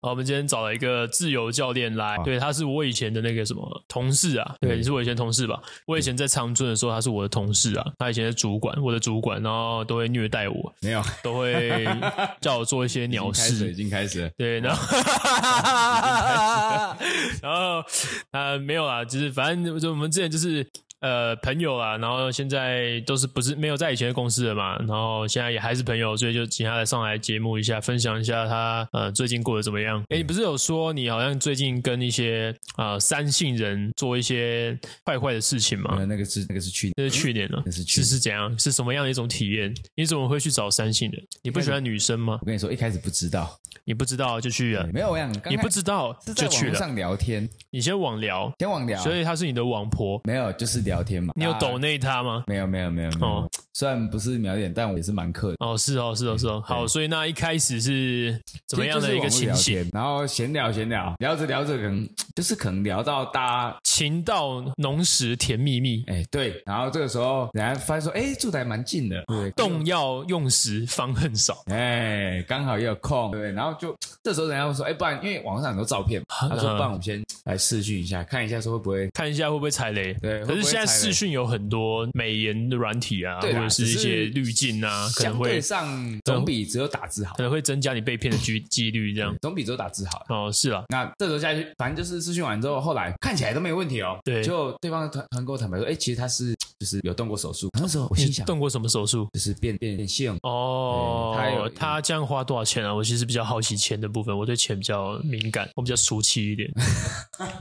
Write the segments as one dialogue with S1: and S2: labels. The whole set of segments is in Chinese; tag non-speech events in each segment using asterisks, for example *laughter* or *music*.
S1: 啊，我们今天找了一个自由教练来，
S2: 啊
S1: 对，他是我以前的那个什么同事啊，对，
S2: 嗯
S1: 你是我以前同事吧？我以前在长春的时候，他是我的同事啊，他以前是主管，我的主管，然后都会虐待我，
S2: 没有，
S1: 都会叫我做一些 *laughs* 鸟
S2: 开 *laughs* 始已
S1: 事，
S2: 经开始了，
S1: 对，然后，然后呃没有啦，就是反正就我们之前就是呃朋友啦，然后现在都是不是没有在以前的公司了嘛，然后现在也还是朋友，所以就请他来上来节目一下，分享一下他呃最近过得怎么样。哎，你不是有说你好像最近跟一些啊、呃三性人做一些坏坏的事情吗？
S2: 呃那个是那个是去年
S1: 那是去年了，
S2: 那是去年
S1: 啊是怎样？是什么样的一种体验？你怎么会去找三性人？你不喜欢女生吗
S2: 我？跟你说，一开始不知道，
S1: 你不知道就去啊了
S2: 对。没有，我想刚
S1: 你不
S2: 开
S1: 知道
S2: 是在
S1: 就
S2: 网
S1: 去
S2: 络
S1: 了，
S2: 上聊天，
S1: 你先网聊，
S2: 先网聊，
S1: 所以他是你的网婆，
S2: 没有就是聊天嘛。
S1: 你有
S2: 啊
S1: 抖内他吗？
S2: 没有没有没有没有
S1: 哦，
S2: 虽然不是秒点，但我也是蛮客的。
S1: 哦，是哦，是哦，是哦。好，所以那一开始是怎么样的一个
S2: 其
S1: 情
S2: 实就是网络聊
S1: 形？
S2: 天？然后闲聊闲聊，聊着聊着可能就是可能聊到大家
S1: 情到浓时甜蜜蜜，
S2: 哎对，然后这个时候人家发现说哎住的还蛮近的，对，
S1: 动药用时方恨少。
S2: 哎刚好也有空，对，然后就这时候人家会说哎不然因为网上很多照片嘛，他说
S1: 嗯
S2: 不然我们先来试训一下，看一下说会不会。
S1: 看一下会不会踩雷？
S2: 对
S1: 可
S2: 会不
S1: 是
S2: 会
S1: 现在视讯有很多美颜的软体啊，或
S2: 对啦
S1: 者是一些滤镜啊，可能
S2: 相对
S1: 会嗯
S2: 上总比只有打字好
S1: 可，能会增加你被骗的几几率这样。
S2: 总比只有打字好。
S1: 哦，是啊，
S2: 那这时候下去，反正就是试训完之后，后来看起来都没有问题哦。
S1: 对
S2: 就对方团团跟我坦白说，哎、其实他是就是有动过手术。那时候我
S1: 哎你
S2: 心想，
S1: 动过什么手术？
S2: 就是变变变性，
S1: 哦，
S2: 对他有
S1: 他这样花多少钱啊？我其实比较好奇钱的部分，我对钱比较敏感，我比较俗气一
S2: *laughs*
S1: 点。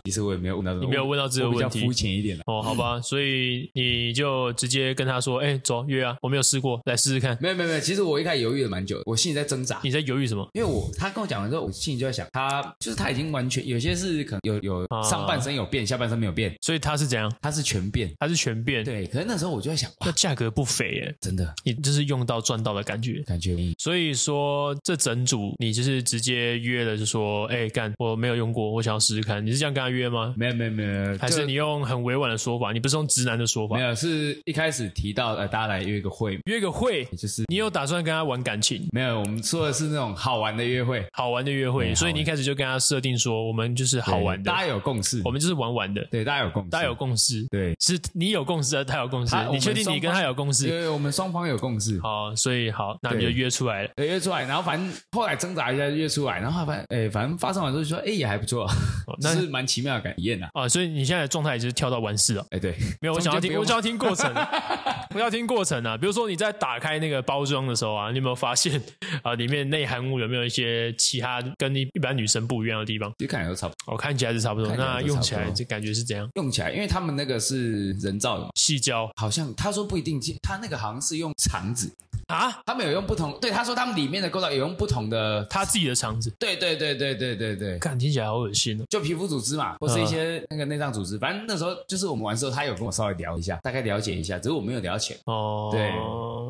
S2: 其实我也没有问到这个，
S1: 你没有问到这个
S2: 我比较
S1: 问题
S2: 肤浅一点了。
S1: 哦，好吧，所以你就直接跟他说，哎、走约啊，我没有试过，来试试看。
S2: 没有没有没有，其实我一开始犹豫了蛮久的，我心里在挣扎。
S1: 你在犹豫什么？
S2: 因为我他跟我讲完之后，我心里就在想，他就是他已经完全有些是可能有有
S1: 啊
S2: 上半身有变，下半身没有变，
S1: 所以他是怎样？
S2: 他是全变。
S1: 他是全变，，
S2: 对，可是那时候我就在想，哇，
S1: 那价格不菲耶，
S2: 真的
S1: 你就是用到赚到的感觉。
S2: 感觉
S1: 所以说，这整组你就是直接约了，就说，哎、干，我没有用过，我想要试试看。你是这样跟他约吗？
S2: 没有没有没有，
S1: 还
S2: 就是
S1: 你用很委婉的说法？你不是用直男的说法
S2: 没？有是一开始提到呃，大家来约一个会，
S1: 约个会，
S2: 就是
S1: 你有打算跟他玩感情？
S2: 没有，我们说的是那种好玩的约会，
S1: 好玩的约会，
S2: 对
S1: 所以你一开始就跟他设定说，我们就是好玩的
S2: 大，家有共识，
S1: 我们就是玩玩的，
S2: 对大家有共识，
S1: 大家有共识。
S2: 对，
S1: 是你有共识，还是他有共识
S2: 他？
S1: 你确定
S2: 我们双方
S1: 你跟他有共
S2: 因
S1: 识？
S2: 为我们双方有共识，
S1: 好，所以好，那你
S2: 对
S1: 就约出来了。
S2: 对约出来，然后反正后来挣扎一下约出来，然后反正哎，反正发生完之后就说，哎，也还不错，
S1: 哦那
S2: 就是蛮奇妙的感体验呐。
S1: 啊，所以你现在的状态就是跳到完事了。
S2: 哎，对，
S1: 没有，我想要听，我
S2: 中
S1: 想
S2: 间
S1: 要听过程，
S2: *laughs*
S1: 我要听过程啊。比如说你在打开那个包装的时候啊，你有没有发现 *laughs* 啊，里面内含物有没有一些其他跟一一般女生不一样的地方？
S2: 其实感觉都差不多，
S1: 我看起来是差不多，
S2: 看起来
S1: 那
S2: 都
S1: 用
S2: 差不
S1: 起来
S2: 多
S1: 这感觉是怎样？
S2: 用起来，因为他们那个是人造的嘛。
S1: 细胶
S2: 好像他说不一定，他那个好像是用肠子，
S1: 啊，
S2: 他们有用不同，对他说他们里面的构造有用不同的，
S1: 他自己的肠子，
S2: 对对对对对对对，
S1: 看听起来好恶心哦。
S2: 就皮肤组织嘛，或是一些那个内脏组织，反正那时候就是我们玩的时候，他有跟我稍微聊一下，大概了解一下，只是我没有聊起来。
S1: 哦，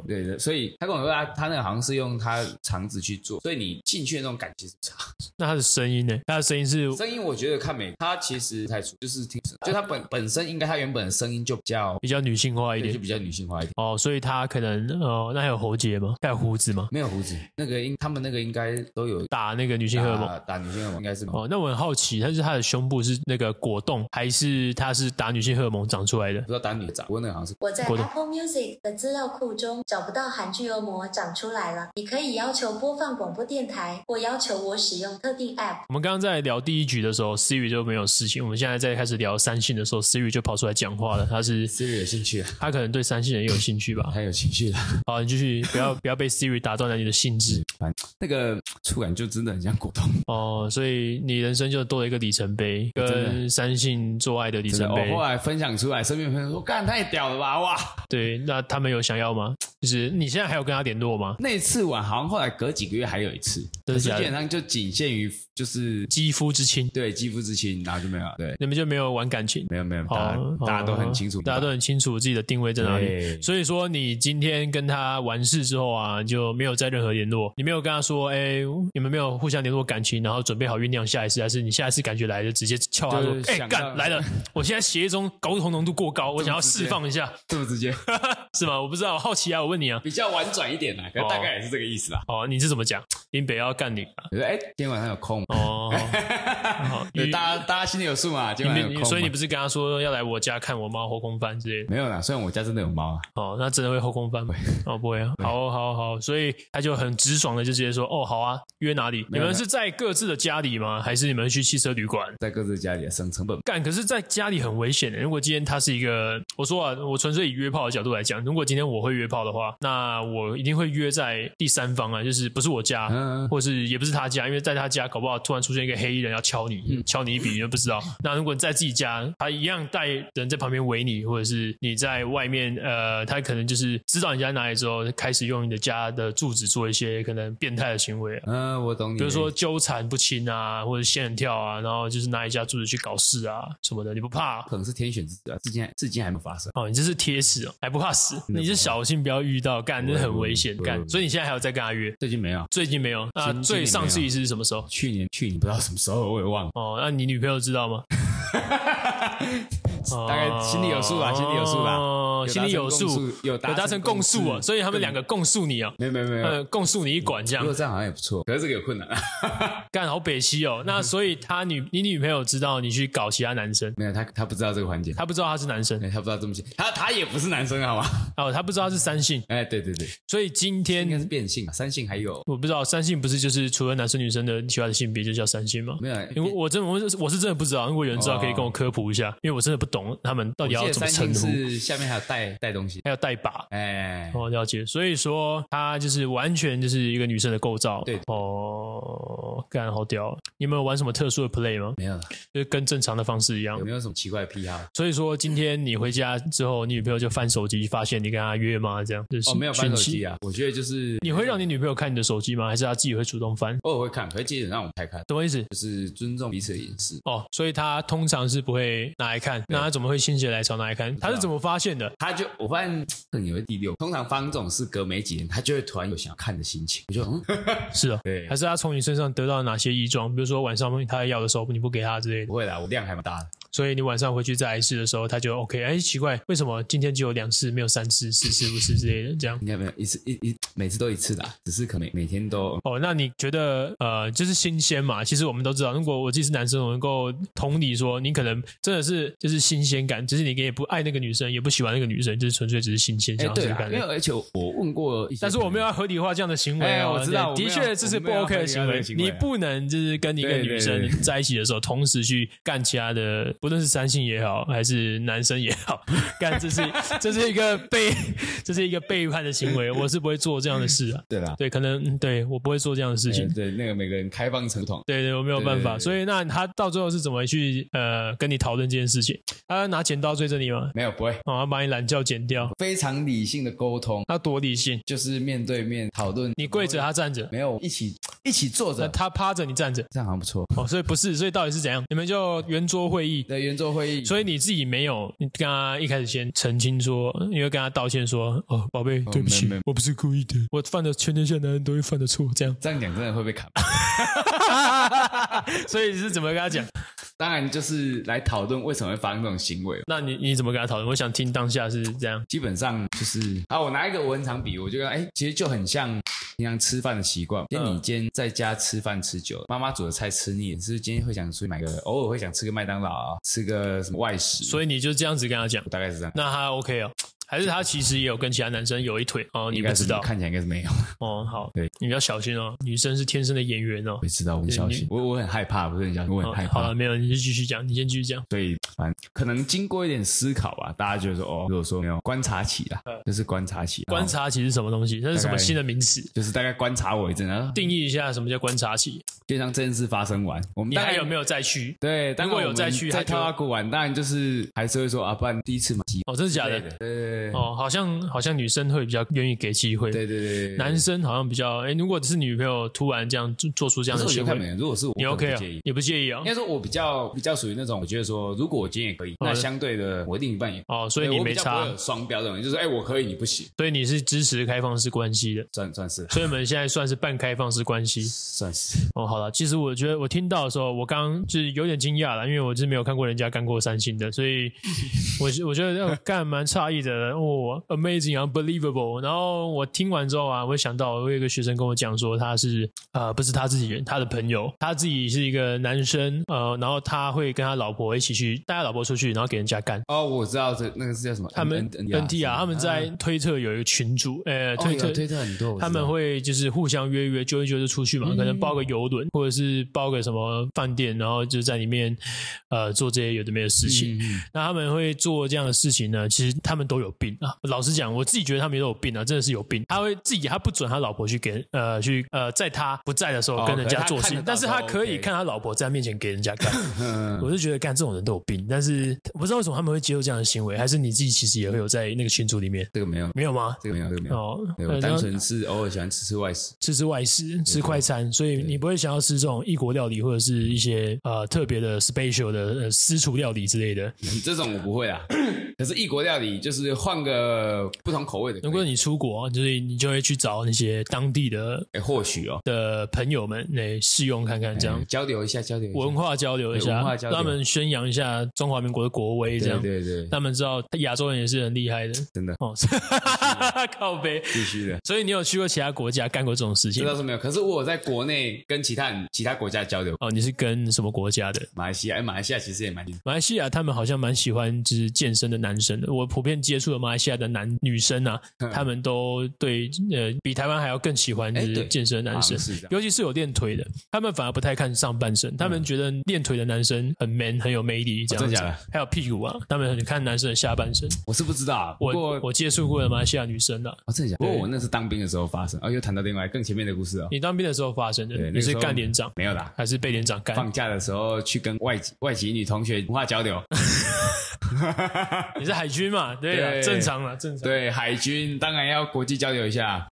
S2: 对对对，所以他跟我说他啊他那个好像是用他肠子去做，所以你进去的那种感觉是差。
S1: 那他的声音呢？他的声音是
S2: 声音我觉得看美，他其实不太出，就是听，就他本本身应该他原本的声音就比较，
S1: 比较女性化一
S2: 对就
S1: 点
S2: 比较女性化一点，
S1: 哦，所以他可能呃，那还有喉结吗？还有胡子吗？
S2: 没有胡子，那个应他们那个应该都有
S1: 打那个女性荷尔蒙。
S2: 打打女性荷尔蒙，应该是
S1: 哦，那我很好奇，但是他的胸部是那个果冻，还是他是打女性荷尔蒙长出来的
S2: 不？知道打女的长，不过那个好像是
S3: 我在
S1: 我的
S3: Apple Music 的资料库中找不到韩剧恶魔长出来了。你可以要求播放广播电台，或要求我使用特定 App。
S1: 我们刚刚在聊第一局的时候，Siri 就没有事情。我们现在在开始聊三性的时候，Siri 就跑出来讲话了。他是
S2: Siri 有兴趣啊，
S1: 他可能对三性人也有兴趣吧？
S2: 他有兴趣的。
S1: 好，你继续，不要不要被 Siri 打断了你的兴致
S2: 那个触感就真的很像果冻，
S1: 哦。所以你人生就多了一个里程碑，
S2: 哎真的
S1: 跟三性做爱的里
S2: 真的。
S1: 程
S2: 我、
S1: 碑
S2: 后。来分享出来，身边朋友说：“干太屌了吧！”哇，
S1: 对，那他们有想要吗？就是你现在还有跟他联络吗？
S2: 那一次玩好像后来隔几个月还有一次，
S1: 真
S2: 可
S1: 的
S2: 是基
S1: 假的
S2: 本上就仅限于就是
S1: 肌肤之亲，
S2: 对肌肤之亲，然后就没有了。对，
S1: 你们就没有玩感情。
S2: 没有没有，大家、
S1: 哦，
S2: 大家都很清楚，
S1: 大家都很清楚自己的定位在哪里。
S2: 对
S1: 所以说，你今天跟他完事之后啊，就没有再任何联络，你没有跟他说，哎、你们没有互相联络感情，然后准备好酝酿下一次，还是你下一次感觉来就直接敲他说
S2: 就是，
S1: 哎、
S2: 想
S1: 干
S2: 到
S1: 来了，我现在血液中睾酮浓度过高，我想要释放一下，
S2: 这么直接。
S1: 是吗？我不知道，我好奇啊，我问你啊，
S2: 比较婉转一点啦，可是大概也是这个意思啦。
S1: 哦，你是怎么讲？林北要干你啊？
S2: 我说哎，今天晚上有空吗？ *laughs*
S1: 哦，好
S2: 对，
S1: 你
S2: 大家大家心里有数嘛？今
S1: 你
S2: 晚
S1: 没
S2: 上有空
S1: 你
S2: 吗，
S1: 所以你不是跟他说要来我家看我猫后空翻之类的？
S2: 没有啦。虽然我家真的有猫啊，
S1: 哦，那真的会后空翻吗？哦，不会啊。好哦，好哦，好哦，所以他就很直爽的就直接说，哦，好啊，约哪里？你
S2: 有
S1: 们是在各自的家里吗？还是你们去汽车旅馆？
S2: 在各自家里省成本。
S1: 干，可是在家里很危险的。如果今天他是一个，我说啊，我纯粹以约炮的角度来讲，如果今天我会约炮的话，那我一定会约在第三方啊，就是不是我家，
S2: 嗯
S1: 或是也不是他家，因为在他家搞不好突然出现一个黑衣人要敲你，
S2: 嗯
S1: 敲你一笔，你又不
S2: *laughs*
S1: 知道。那如果你在自己家，他一样带人在旁边围你，或者是你在外面，呃，他可能就是知道你家哪里之后，开始用你的家的住址做一些可能变态的行为啊。
S2: 嗯，我懂你。
S1: 比如说，纠缠不清啊，或者仙人跳啊，然后就是拿一家住址去搞事啊什么的，你不怕、
S2: 可能是天选之子啊，至今还至今还没有发生。
S1: 哦，你这是贴士哦，还不怕死？
S2: 的
S1: 你是小心不要遇到，干
S2: 不
S1: 这
S2: 会
S1: 很危险，
S2: 不会不
S1: 干。
S2: 会
S1: 所以你现在还有在跟他约？
S2: 最近没有，
S1: 最近没有啊？
S2: 今
S1: 最
S2: 今年
S1: 上
S2: 没
S1: 次
S2: 有
S1: 一次是什么时候？
S2: 去年去年不知道什么时候，我
S1: *laughs*
S2: 也忘了。
S1: 哦，那你女朋友知道吗？
S2: *laughs* 大概心里有数啦，心里有数啦，
S1: 哦，心里有
S2: 有达成共
S1: 数
S2: 识，有达成
S1: 达成共
S2: 共
S1: 识
S2: 识
S1: 啊，所以他们两个共诉你啊。
S2: 没有没有没有。
S1: 呃，共诉你一管这样
S2: 如果，这样好像也不错，可是这个有困难啊。
S1: 干好北西哦。
S2: 嗯
S1: 那所以他女你女朋友知道你去搞其他男生，
S2: 没有他，他不知道这个环节，
S1: 他不知道他是男生
S2: 对他不知道这么细，他他也不是男生好吗？ *laughs*
S1: 哦，他不知道他是三性，
S2: 哎，对对对，
S1: 所以今
S2: 应该是
S1: 天
S2: 变性啊，三性还有
S1: 我不知道三性不是就是除了男生女生的其他的性别就叫三性吗？
S2: 没有？
S1: 因为我真的我是我是真的不知道，如果有人知道
S2: 哦
S1: 可以跟我科普一下，因为我真的不懂他们到
S2: 我
S1: 底
S2: 记
S1: 要
S2: 得
S1: 怎么
S2: 三
S1: 称
S2: 性
S1: 呼，
S2: 是下面还有带带东西，
S1: 还有带把。
S2: 哎，
S1: 哦，了解。所以说，她就是完全就是一个女生的构造。
S2: 对
S1: 哦，干好屌！你们有玩什么特殊的 play 吗？
S2: 没有了，
S1: 就是跟正常的方式一样
S2: 有。哦没有什么奇怪的癖好？
S1: 所以说，今天你回家之后，你女朋友就翻手机，发现你跟她约吗？这样就是
S2: 哦，没有翻手机
S1: 啊。
S2: 啊，我觉得就是
S1: 你会让你女朋友看你的手机吗？还是她自己会主动翻？
S2: 偶尔会看，可是基本上我们才看，
S1: 什么意思？
S2: 就是尊重彼此的隐私。
S1: 哦，所以她通常是不会拿来看，那她怎么会心血来潮拿来看？她是怎么发现的？
S2: 他就我发现可能有个第六，通常方总是隔没几年，他就会突然有想要看的心情，我就嗯， *laughs*
S1: 是哦，
S2: 对
S1: 还是她从你身上得到了哪些异状？比如说晚上她要的时候你不给她之类的
S2: 不。会啦，我量还蛮大的，
S1: 所以你晚上回去再来一次的时候，他就 OK，哎，奇怪，为什么今天只有两次，没有三次、四次、五次之类的这样？
S2: 应该没有一次一一每次都一次啦，只是可能每天都
S1: 哦，那你觉得呃，就是新鲜嘛？其实我们都知道，如果我自己是男生，我能够同理说，你可能真的是就是新鲜感，就是你也不爱那个女生，也不喜欢那个女生，就是纯粹只是新鲜，
S2: 哎、
S1: 想要这
S2: 对
S1: 个
S2: 啦，
S1: 感
S2: 没有，
S1: 觉。
S2: 而且我问过一些，
S1: 但是我没有要合理化这样的行为
S2: 哎
S1: 哦，
S2: 我知
S1: 对
S2: 道我
S1: 的
S2: 没有
S1: 确这是不
S2: 我没有
S1: OK 的行
S2: 合
S1: 为
S2: 理化这个。行为
S1: 你
S2: 啊
S1: 不能就是跟一个
S2: 对对
S1: 女生
S2: 对
S1: 在一起的时候，同时去干其他的，不论是三性也好，还是男生也
S2: *laughs*
S1: 好，干这是这是一个背这是一个背叛的行为，我是不会做这样的事啊。
S2: 对啦，
S1: 对，可能嗯对我不会做这样的 *laughs* 事
S2: 哎
S1: 情。
S2: 对那个每个人开放程度，
S1: 对对，我没有办法。
S2: 对对对
S1: 所以那他到最后是怎么去呃跟你讨论这件事情？他拿剪刀追着你吗？
S2: 没有不会，
S1: 哦，他把你懒觉剪掉，
S2: 非常理性的沟通，
S1: 他多理性。
S2: 就是面对面讨论，
S1: 你跪着，他站着；
S2: 没有一起一起坐
S1: 那
S2: 着，
S1: 他趴着，你站着。
S2: 这样好像不错。
S1: 哦，所以不是，所以到底是怎样？你们就圆桌会议。
S2: 对，圆桌会议，
S1: 所以你自己没有，你跟他一开始先澄清说，你会跟他道歉说，哦，宝贝，对不起
S2: 没没，
S1: 我不是故意的，我犯的全天下男人都会犯的
S2: *laughs*。
S1: 错，这样
S2: 这样讲真的会被砍。
S1: 所以你是怎么跟他讲？
S2: 当然就是来讨论为什么会发生这种行为。
S1: 那你你怎么跟他讨论？我想听当下是这样。
S2: 基本上就是啊，我拿一个我很常比，我就跟他哎、其实就很像平常吃饭的习惯。因
S1: 嗯
S2: 为你今天在家吃饭吃久了，妈妈煮的菜吃腻，了，是不是今天会想出去买个，偶尔会想吃个麦当劳啊，吃个什么外食，
S1: 所以你就这样子跟他讲，
S2: 大概是这样。
S1: 那他 OK 哦。还是他其实也有跟其他男生有一腿哦，你
S2: 应
S1: 不
S2: 该是
S1: 知道
S2: 看起来应该是没有，
S1: 哦。好，
S2: 对
S1: 你要小心哦，女生是天生的演员哦
S2: 我。也知道，我很小心，我我很害怕，不是很小心，我很
S1: 哦
S2: 害
S1: 好
S2: 怕
S1: 了，。没有，你就继续讲，你先继续讲。
S2: 所以，反正可能经过一点思考吧，大家觉得说，哦，如果说没有观察期啦，就是观察期，然后
S1: 嗯观察期是什么东西？那是什么
S2: 大概
S1: 新的名词？
S2: 就是大概观察我一阵，然后
S1: 定义一下什么叫观察期？
S2: 就像这件事发生完，我们
S1: 你
S2: 大
S1: 还
S2: 概
S1: 有没有再去？
S2: 对，
S1: 如果有再去他
S2: 再
S1: 就
S2: 跳阿古玩，当然就是还是会说啊，不然第一次嘛，
S1: 哦，真的假的？
S2: 对
S1: 哦，好像好像女生会比较愿意给机会，
S2: 对对对，
S1: 男生好像比较哎，如果是女朋友突然这样做做出这样
S2: 可是
S1: 的
S2: 我觉
S1: 行
S2: 得看每
S1: 为，
S2: 人，如果是我，
S1: 你
S2: 我
S1: OK
S2: 可能
S1: 啊
S2: 不介意？
S1: 你不介意啊
S2: 应？该说，我比较比较属于那种，我觉得说，如果我今天也可以，
S1: 哦
S2: 那相对的，我另一半也，
S1: 哦，所以你
S2: 对我
S1: 没
S2: 比较不
S1: 差
S2: 会，有双标这种，就是哎，我可以，你不行，
S1: 所以你是支持开放式关系的，
S2: 算算是
S1: 所以我们现在算是半开放式关系。
S2: 算
S1: *laughs*
S2: 是，
S1: 哦，好了，其实我觉得我听到的时候，我刚刚就是有点惊讶了，因为我就是没有看过人家干过三星的，所以我是我觉得呃干蛮诧异的。的哦，amazing unbelievable。然后我听完之后啊，我想到我有一个学生跟我讲说，他是呃不是他自己人，他的朋友，他自己是一个男生，呃，然后他会跟他老婆一起去带他老婆出去，然后给人家干。
S2: 哦，我知道这那个是叫什么？
S1: 他们 NT 啊，他们在推特有一个群主，呃，
S2: 推
S1: 推特
S2: 特哦推特很多，我知道
S1: 他们会就是互相约约，揪一揪就出去
S2: 嗯
S1: 嘛，可能包个游轮，或者是包个什么饭店，然后就在里面呃做这些有的没的事情。
S2: 嗯嗯
S1: 那他们会做这样的事情呢？其实他们都有病啊！老实讲，我自己觉得他们也都有病啊，真的是有病。他会自己，他不准他老婆去给呃去呃，在他不在的时候
S2: 哦
S1: 跟人家
S2: 可是他
S1: 做事，
S2: 看得到
S1: 但是他可以
S2: OK
S1: 看他老婆在他面前给人家
S2: *laughs*
S1: 干。
S2: 嗯
S1: 我就觉得干这种人都有病，但是我不知道为什么他们会接受这样的行为，还是你自己其实也会有在那个群组里面
S2: 这个没有，
S1: 没有吗？
S2: 这个没有，这个没有。
S1: 哦，
S2: 对，
S1: 呃
S2: 我单
S1: 那
S2: 纯是偶尔喜欢吃吃外食。 *laughs*
S1: 吃吃外食，吃快餐，所以
S2: 对
S1: 你不会想要吃这种异国料理或者是一些呃特别的 special 的呃私厨料理之类的。
S2: 这种我不会啊，可是异国料理就是换个不同口味的可以。
S1: 如果你出国，就是你就会去找那些当地的
S2: 哎，或许哦，
S1: 的朋友们来试用看看，这样
S2: 嗯交流一下，交流一下
S1: 文化交流一
S2: 对
S1: 下，
S2: 文化交流
S1: 让他们宣扬一下中华民国的国威，这
S2: 对
S1: 样
S2: 对对，
S1: 他们知道亚洲人也是很厉害的
S2: 真的 *laughs*
S1: 哦。靠背，
S2: 必须的。
S1: *laughs* 所以你有去过其他国家干过这种事
S2: 这
S1: 情
S2: 倒是没有，可是我有在国内跟其他人、其他国家交流，
S1: 哦？你是跟什么国家的？
S2: 马来西亚，哎，马来西亚其实也蛮近
S1: 马来西亚他们好像蛮喜欢就是健身的男生的。我普遍接触的马来西亚的男女生啊，他们都对呃比台湾还要更喜欢就
S2: 嗯哎
S1: 是
S2: 对
S1: 健身的男生
S2: 好像是这，样
S1: 尤其是有练腿的，他们反而不太看上半身，他们觉得练腿的男生很 man 很有魅力这样
S2: 嗯哦真
S1: 子
S2: 的假的。
S1: 还有屁股啊，他们很看男生的下半身。
S2: 我是不知道啊，不
S1: 我
S2: 过
S1: 我接触过的马来西亚女生啊，
S2: 哦，真的假的？不
S1: 对
S2: 过我那是当兵的时候发生，哦，又谈到另外更前面的故事哦。
S1: 你当兵的时候发生的，
S2: 对，那
S1: 你
S2: 个时
S1: 是
S2: 候
S1: 干连长
S2: 没有啦，
S1: 还是被连长干？
S2: 放假的时候去跟外籍外籍女同学文化交流，
S1: 你是海军嘛？对啊，
S2: 对
S1: 正常了，正常。
S2: 对海军当然要国际交流一下。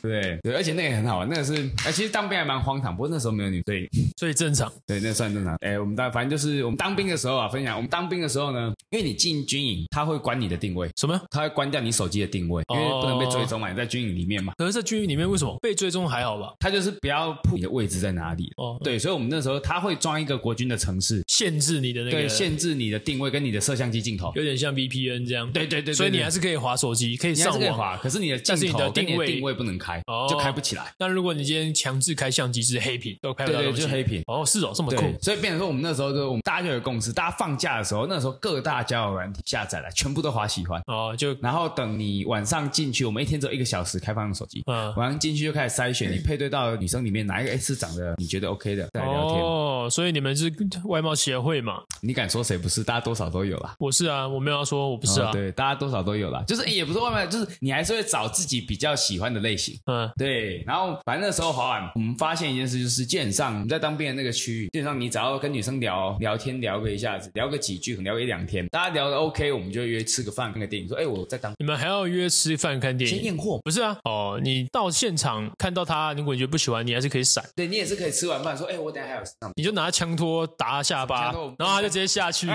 S2: 对对，而且那个也很好玩，那个是，哎、其实当兵还蛮荒唐，不过那时候没有女，对
S1: 所以正常。
S2: 对，那算正常。哎、我们当反正就是我们当兵的时候啊，分享我们当兵的时候呢，因为你进军营，他会管你的定位，
S1: 什么？
S2: 他会关掉你手机的定位，因为不能被追踪嘛，你在军营里面嘛，
S1: 可是在军营里面为什么被追踪还好吧？
S2: 他就是不要曝你的位置在哪里。
S1: 哦，
S2: 对，所以我们那时候他会装一个国军的城市，
S1: 限制你的那个，
S2: 对，限制你的定位跟你的摄像机镜头。
S1: 有点像 VPN 这样。
S2: 对对对对
S1: 所以你
S2: 对
S1: 还是可以划手机，可以
S2: 你还
S1: 上
S2: 是可以
S1: 网。
S2: 滑，可是你的镜
S1: 但是你的
S2: 头跟你
S1: 定
S2: 的
S1: 位
S2: 定位不能开
S1: 哦，
S2: 就开不起来。
S1: 但如果你今天强制开相机是黑屏，都开不到
S2: 对对
S1: 东西。
S2: 就黑屏
S1: 哦，是哦，这么
S2: 对
S1: 酷，。
S2: 所以变成说我们那时候就我们大家就有共识，大家放假的时候，那时候各大交友软体下载了，全部都滑喜欢。
S1: 哦，就
S2: 然后等你晚上进去，我们一天只有一个小时开放手机，
S1: 嗯。
S2: 晚上进去就开始筛选，你配对到女生里面哪一个哎是长得你觉得 OK 的，再来聊天。
S1: 哦，所以你们是外貌协会嘛？
S2: 你敢说谁不是？大家多少都有啦。
S1: 我是啊，我没有要说我不是啊。
S2: 哦对，大家多少都有啦，就是哎也不是外卖，就是你还是会找自己比较喜欢的类型。
S1: 嗯，
S2: 对，然后反正那时候滑完，我们发现一件事，就是基本上我们在当兵的那个区域，基本上你只要跟女生聊聊天，聊个一下子，聊个几句，可能聊个一两天，大家聊的 OK，我们就约吃个饭，看个电影，说哎我在当
S1: 你们还要约吃饭看电
S2: 先
S1: 影？
S2: 验货，
S1: 不是啊，哦，你到现场看到他，如果你觉得不喜欢，你还是可以闪，
S2: 对你也是可以吃完饭说哎我等一下还有事，那我们
S1: 你就拿枪托打他下巴
S2: 枪托我，
S1: 然后他就直接下
S2: *laughs*
S1: 去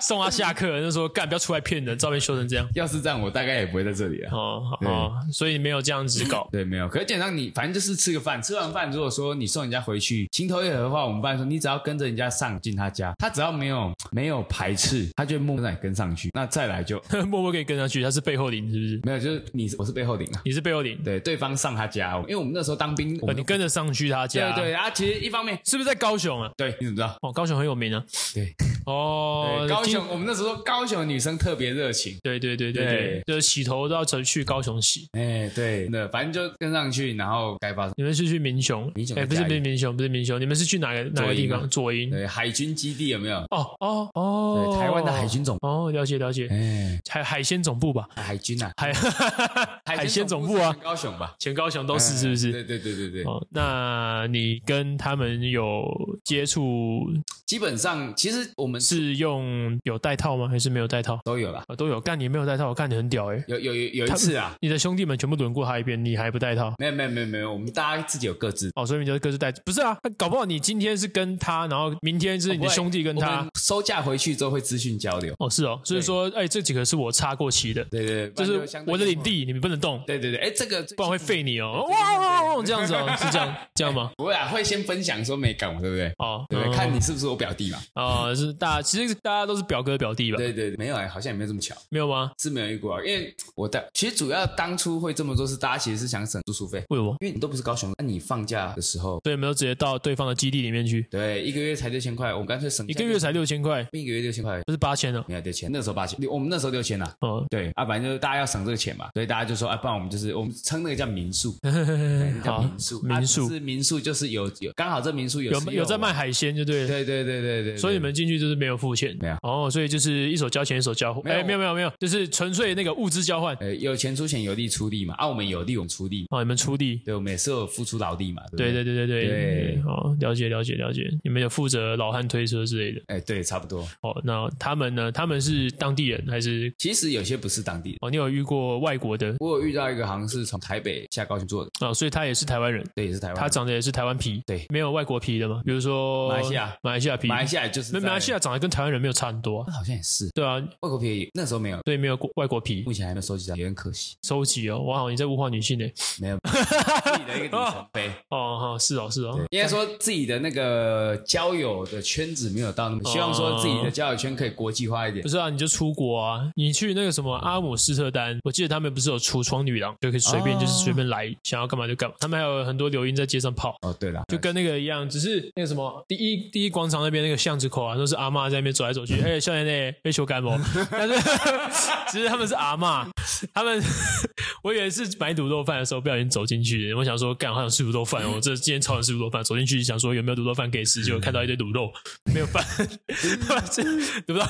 S1: 送他下课，就说干不要出来骗人，照片修成这样。
S2: 要是这样，我大概也不会在这里了。。
S1: 哦哦，所以没有这样子搞 *laughs*
S2: 对，没有。可是基本上你反正就是吃个饭，吃完饭如果说你送人家回去情投意合的话，我们班说你只要跟着人家上进他家，他只要没有没有排斥，他就会默默地跟上去。那再来就
S1: 默默可以跟上去，他是背后领是不是？
S2: 没有，就是你我是背后顶啊。
S1: 你是背后领，
S2: 对，对方上他家，哦因为我们那时候当兵，
S1: 呃，
S2: 我们
S1: 你跟着上去他
S2: 对
S1: 家，
S2: 对，啊，其实一方面
S1: 是不是在高雄啊？
S2: 对，你怎么知道？
S1: 哦，高雄很有名啊。
S2: 对，
S1: 哦
S2: 对，高
S1: 今
S2: 雄，我们那时候高雄的女生特别热情。
S1: 对对对对对
S2: 对，
S1: 就是洗头都要去高雄洗。
S2: 哎，对，那反正就跟上去，然后该发生。
S1: 你们是去民雄
S2: 民？雄
S1: 哎，
S2: 在
S1: 不是
S2: 嘉
S1: 不
S2: 义啊
S1: 是民雄，不是民雄，你们是去哪个哪个地方？左营。
S2: 对，海军基地有没有？
S1: 哦哦哦，
S2: 对台湾的海军总
S1: 哦，了解了解，
S2: 哎，
S1: 海海鲜总部吧，
S2: 海军啊，
S1: 海 *laughs* 海鲜总部
S2: 是嗯
S1: 啊
S2: 全，高雄吧？
S1: 全高雄都是是不是？
S2: 对对对对对。
S1: 哦，那你跟他们有接触
S2: 基本上其实我们是
S1: 是用有带套吗？还是没有带套？
S2: 都有啦，
S1: 啊，都有。干你没有带套，我看你很屌哎、
S2: 有有有有一次啊，
S1: 你的兄弟们全部轮过他一遍，你还不带套？
S2: 没有没有没有没有，我们大家自己有各自。
S1: 哦，所以你就各自带。不是啊，搞不好你今天是跟他，然后明天是你的兄弟跟
S2: 哦我
S1: 他
S2: 们。收假回去之后会资讯交流。
S1: 哦，是哦，所以说，哎，这几个是我插过旗的，
S2: 对对，
S1: 就
S2: 对不然
S1: 是
S2: 相对
S1: 我的领地，你们不能动，
S2: 对对对，哎，这个
S1: 不然会废你哦。哇哇哇哇，这样子
S2: *laughs*
S1: 哦，是这样这样吗？
S2: 不会啊，会先分享说美感嘛，对不对？
S1: 哦，
S2: 对不对？
S1: 嗯
S2: 看你是不是我表弟嘛。
S1: 哦，是大大家其实大家都是表哥表弟吧？
S2: 对对，对没有哎、好像也没有这么巧，
S1: 没有吗？
S2: 是没有遇过啊。因为我的其实主要当初会这么做是大家其实是想省住宿费，
S1: 为什么？
S2: 因为你都不是高雄，那你放假的时候，
S1: 所以没有直接到对方的基地里面去，
S2: 对，一个月才六千块，我们干脆省
S1: 一个月才六千块，
S2: 一个月六千块，
S1: 不是八千了。
S2: 没有六千，那时候八千，我们那时候六千呐、啊。
S1: 哦，
S2: 对啊，反正就是大家要省这个钱嘛，所以大家就说啊，不然我们就是我们称那个叫民宿，
S1: *laughs*
S2: 对那叫
S1: 哎好
S2: 民宿，
S1: 民
S2: 啊
S1: 宿
S2: 是民宿，就是有有刚好这民宿有
S1: 有
S2: 吃
S1: 有在卖
S2: 玩，
S1: 海鲜，就对。
S2: 对对对对对，
S1: 所以你
S2: 对
S1: 们进去就是没有付钱，
S2: 没有
S1: 哦，所以就是一手交钱一手交货，
S2: 没有
S1: 哎，没有没有没有，就是纯粹那个物资交换。
S2: 呃有钱出钱，有力出力嘛，啊我们有力我们出力，
S1: 哦，你们出力，
S2: 对我们也是有付出劳力嘛，对不
S1: 对
S2: 对
S1: 对对对
S2: 对
S1: 好，了解了解了解，你们有负责老汉推车之类的。
S2: 哎对，差不多。
S1: 哦，那他们呢？他们是当地人还是？
S2: 其实有些不是当地的，
S1: 哦，你有遇过外国的
S2: 我有遇到一个好像是从台北下高雄做的，
S1: 哦，所以他也是台湾人，
S2: 对，也是台湾人，
S1: 他长得也是台湾皮，
S2: 对
S1: 没有外国皮的嘛？比如说
S2: 马来西亚
S1: 马来西亚皮，
S2: 马来西亚就是
S1: 没马来西
S2: 亚
S1: 亚长得跟台湾人没有差很多、啊，
S2: 好像也是
S1: 对啊，
S2: 外国便宜，那时候没有，
S1: 所以没有国外国皮
S2: 目前还没有收集到，有点可惜，
S1: 收集哦。哇，你在物化女性呢？
S2: 没有自己的一个里程碑。
S1: 哦，好，是哦，是哦，
S2: 应该说自己的那个交友的圈子没有到那么，
S1: 哦
S2: 希望说自己的交友圈可以国际化一点
S1: 不。是啊，你就出国啊，你去那个什么阿姆斯特丹，我记得他们不是有橱窗女郎，就可以随便、
S2: 哦
S1: 就是随便来，想要干嘛就干嘛。他们还有很多流音在街上跑，
S2: 哦，对了，
S1: 就跟那个一样，只是那个什么第一第一广场那边那个巷子口啊，都是阿嬷在那边走来走去，哎，少年呢，被求感冒，但是 *laughs* 其实他们是阿嬷，他们 *laughs* 我以为是买卤肉饭的时候不小心走进去，我想说干，好想吃卤肉饭哦，我这今天超想吃卤肉饭，走进去想说有没有卤肉饭可以吃，结果看到一堆卤肉，没有饭， *laughs* 这卤到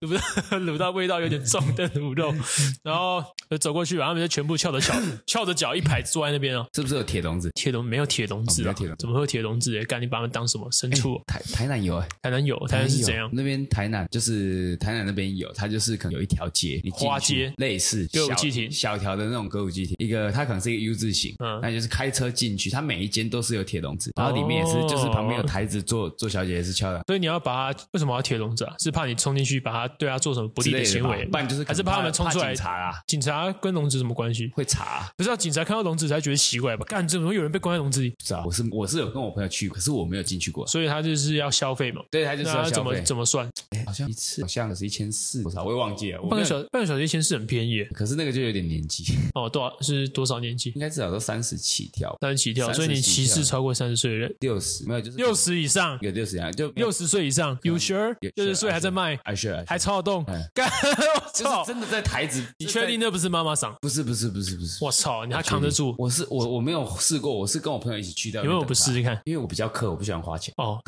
S1: 卤到卤到味道有点重的卤肉，然后就走过去，然后他们就全部翘着脚翘着脚一排坐在那边哦。
S2: 是不是有铁笼子？
S1: 铁笼没有铁笼子
S2: 哦没
S1: 啊
S2: 有铁笼，子
S1: 怎么会有铁笼子？干，你把他们当什么牲畜哦？
S2: 台台南有哎，
S1: 台南有，台南是
S2: 有
S1: 怎样？
S2: 那边台南就是台南那边有，它就是可能有一条街，你进去
S1: 花街
S2: 类似
S1: 歌舞
S2: 小
S1: 伎町
S2: 小条的那种歌舞伎町，一个它可能是一个 U 字形，
S1: 嗯
S2: 那你就是开车进去，它每一间都是有铁笼子，然后里面也是
S1: 哦
S2: 就是旁边有台子做做小姐也是敲的。
S1: 所以你要把它为什么要铁笼子啊？是怕你冲进去把它对它做什么不
S2: 之
S1: 利
S2: 类
S1: 行
S2: 吧
S1: 为，
S2: 不然就是可
S1: 还
S2: 能
S1: 是怕他们冲出来
S2: 怕警。察啦，
S1: 警察跟笼子什么关系？
S2: 会查。
S1: 不是啊，警察看到笼子才觉得奇怪吧？干，怎么会有人被关在笼子里？
S2: 不知道，我是我是有跟我朋友去，可是我没有进去过。
S1: 所以他就是要消费嘛。
S2: 对，他就
S1: 那
S2: 是要
S1: 他怎
S2: 消
S1: 么
S2: 费，
S1: 怎么算？
S2: 好像一次好像是一千四多少，我也忘记了。我
S1: 半
S2: 没
S1: 个
S2: 有
S1: 小半个小时一千是很便宜耶
S2: 可是那个就有点年纪，
S1: 哦，多少是多少年纪
S2: 应？该至少都三十起跳，
S1: 三十起跳，
S2: 30
S1: 所以你歧视
S2: 起跳
S1: 超过三十岁的人，
S2: 六十没有就是
S1: 六十以上，
S2: 有六十啊，就
S1: 六十岁以上，You sure？六十岁还在卖，
S2: 二十二，
S1: 还操得动
S2: 哎？
S1: 干，我
S2: 就是
S1: 操！
S2: 真的在台子，
S1: 你确定
S2: 的？
S1: 那不是妈妈桑？
S2: 不是不是不是不是，嗯
S1: 我操，你还扛得住？
S2: 我是我我没有试过，我是跟我朋友一起去的。
S1: 你为什么不试？试看？，
S2: 因为我比较氪，我不喜欢花钱
S1: *laughs* 哦，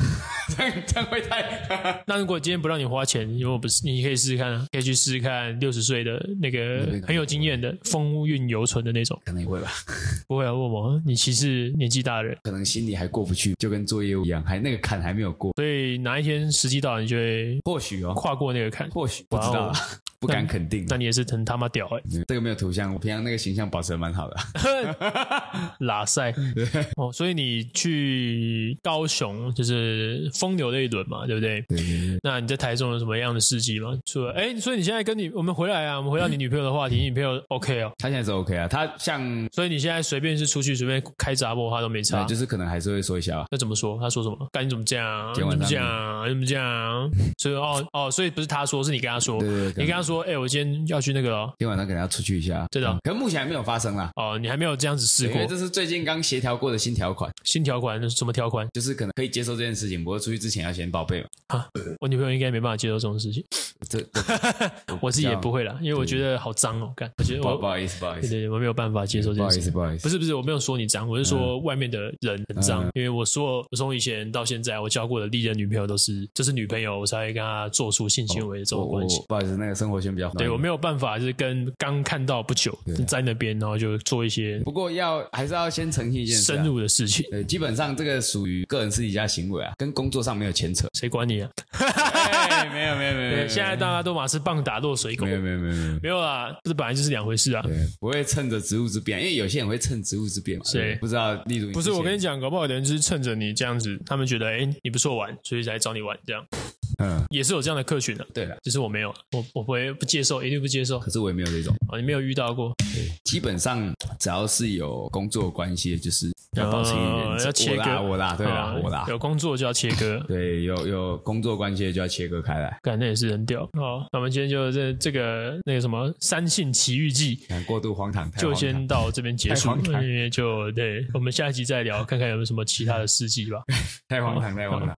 S2: 这样这样会太
S1: 那如果今天不让你花钱，你为什么不试？你可以试试看啊，可以去试试看六十岁的那
S2: 那
S1: 个
S2: 个。
S1: 很有经验的风韵犹存的那种
S2: 可能也会吧，
S1: 不会啊，问我你歧视年纪大的人，
S2: 可能心里还过不去，就跟做业务一样，还那个坎还没有过。
S1: 所以哪一天时机到，了，你就会
S2: 或许哦，
S1: 跨过那个坎。
S2: 或许不知
S1: 哇
S2: 道
S1: 哦
S2: 啊，
S1: *laughs*
S2: 不敢肯定。
S1: 那你也是很他妈屌哎、
S2: 这个没有图像，我平常那个形象保持的蛮好的。
S1: *laughs* 拉塞哦，所以你去高雄就是风流那一轮嘛，对不对？
S2: 对对对
S1: 那你在台中有什么样的事迹吗？除了哎，所以你现在跟你我们回来啊，我们回到你女朋友的话题，你女朋友 OK 哦，
S2: 他现在是 OK 啊，他像
S1: 所以你现在随便是出去随便开杂货，她都没差。
S2: 呃就是可能还是会说一下啊吧。
S1: 那怎么说？她说什么？干你怎么这样？啊你
S2: 今
S1: 怎
S2: 晚
S1: 么
S2: 上
S1: 这样？你怎么这样？所以哦哦，所以不是她说，是你跟她说，
S2: 对对对
S1: 你跟她说，哎，我今天要去那个哦，
S2: 今天晚上可能要出去一下，
S1: 真的哦
S2: 嗯可能目前还没有发生啦，
S1: 哦你还没有这样子试
S2: 因
S1: 过
S2: 为这是最近刚协调过的新条款，
S1: 新条款，什么条款？
S2: 就是可能可以接受这件事情，不过出去之前要先报备嘛。
S1: 我女朋友应该没办法接受这种事情，
S2: *laughs* 这
S1: *laughs*
S2: 这
S1: 我自己也不会啦，因为我觉得好脏哦，干，我觉得
S2: 不好
S1: 我
S2: 不好意思，不好意
S1: 对
S2: 思，
S1: 对，对我没有办法接受这
S2: 不
S1: 件
S2: 好
S1: 事
S2: 意
S1: 情
S2: 思，。不好意思
S1: 不，是不是，我没有说你脏，我是说外面的人很脏，
S2: 嗯
S1: 因为我说我从以前到现在，我交过的历任女朋友都是就是女朋友，我才会跟她做出性行为的这种
S2: 我哦我
S1: 关系。
S2: 不好意思，那个生活圈比较
S1: 对我没有办法，就是跟刚看到不久
S2: 对啊
S1: 在那边，然后就做一些
S2: 不过要还是要先澄清一件事啊
S1: 深。入的事情。
S2: 对，基本上这个属于个人私底下行为啊，跟工作上没
S1: *laughs*。
S2: 有牵扯
S1: 谁管你啊？
S2: 哎没有没有没有没有，
S1: 对，现在大家都马是棒打落水狗
S2: 没，有没有没有没有。
S1: 没有啦，这本来就是两回事啊。
S2: 对，不会趁着职务之便，因为有些人会趁职务之便嘛。
S1: 是
S2: 对不知道，例如你
S1: 不是
S2: 之前
S1: 我跟你讲，搞不好有人就是趁着你这样子，他们觉得哎、诶你不错玩，所以来找你玩这样。
S2: 嗯，
S1: 也是有这样的客群的、
S2: 对了，
S1: 就是我没有，我我不会不接受，一定不接受。
S2: 可是我也没有这种。
S1: 哦，你没有遇到过，
S2: 基本上只要是有工作关系，就是要保持一点原
S1: 呃
S2: 则
S1: 要切
S2: 我
S1: 割，
S2: 啦，我啦，对啦，
S1: 哦
S2: 我啦，
S1: 有工作就要切割。
S2: 对，有有工作关系的就要切割开来。
S1: 感那也是很屌好，那我们今天就这这个那个什么《三信奇遇记》
S2: 看过度荒唐，太
S1: 就
S2: 荒唐
S1: 先到这边结束
S2: 太荒，唐
S1: 因为就对我们下一集再聊，看看有没有什么其他的事迹吧。
S2: 太荒唐，太荒唐。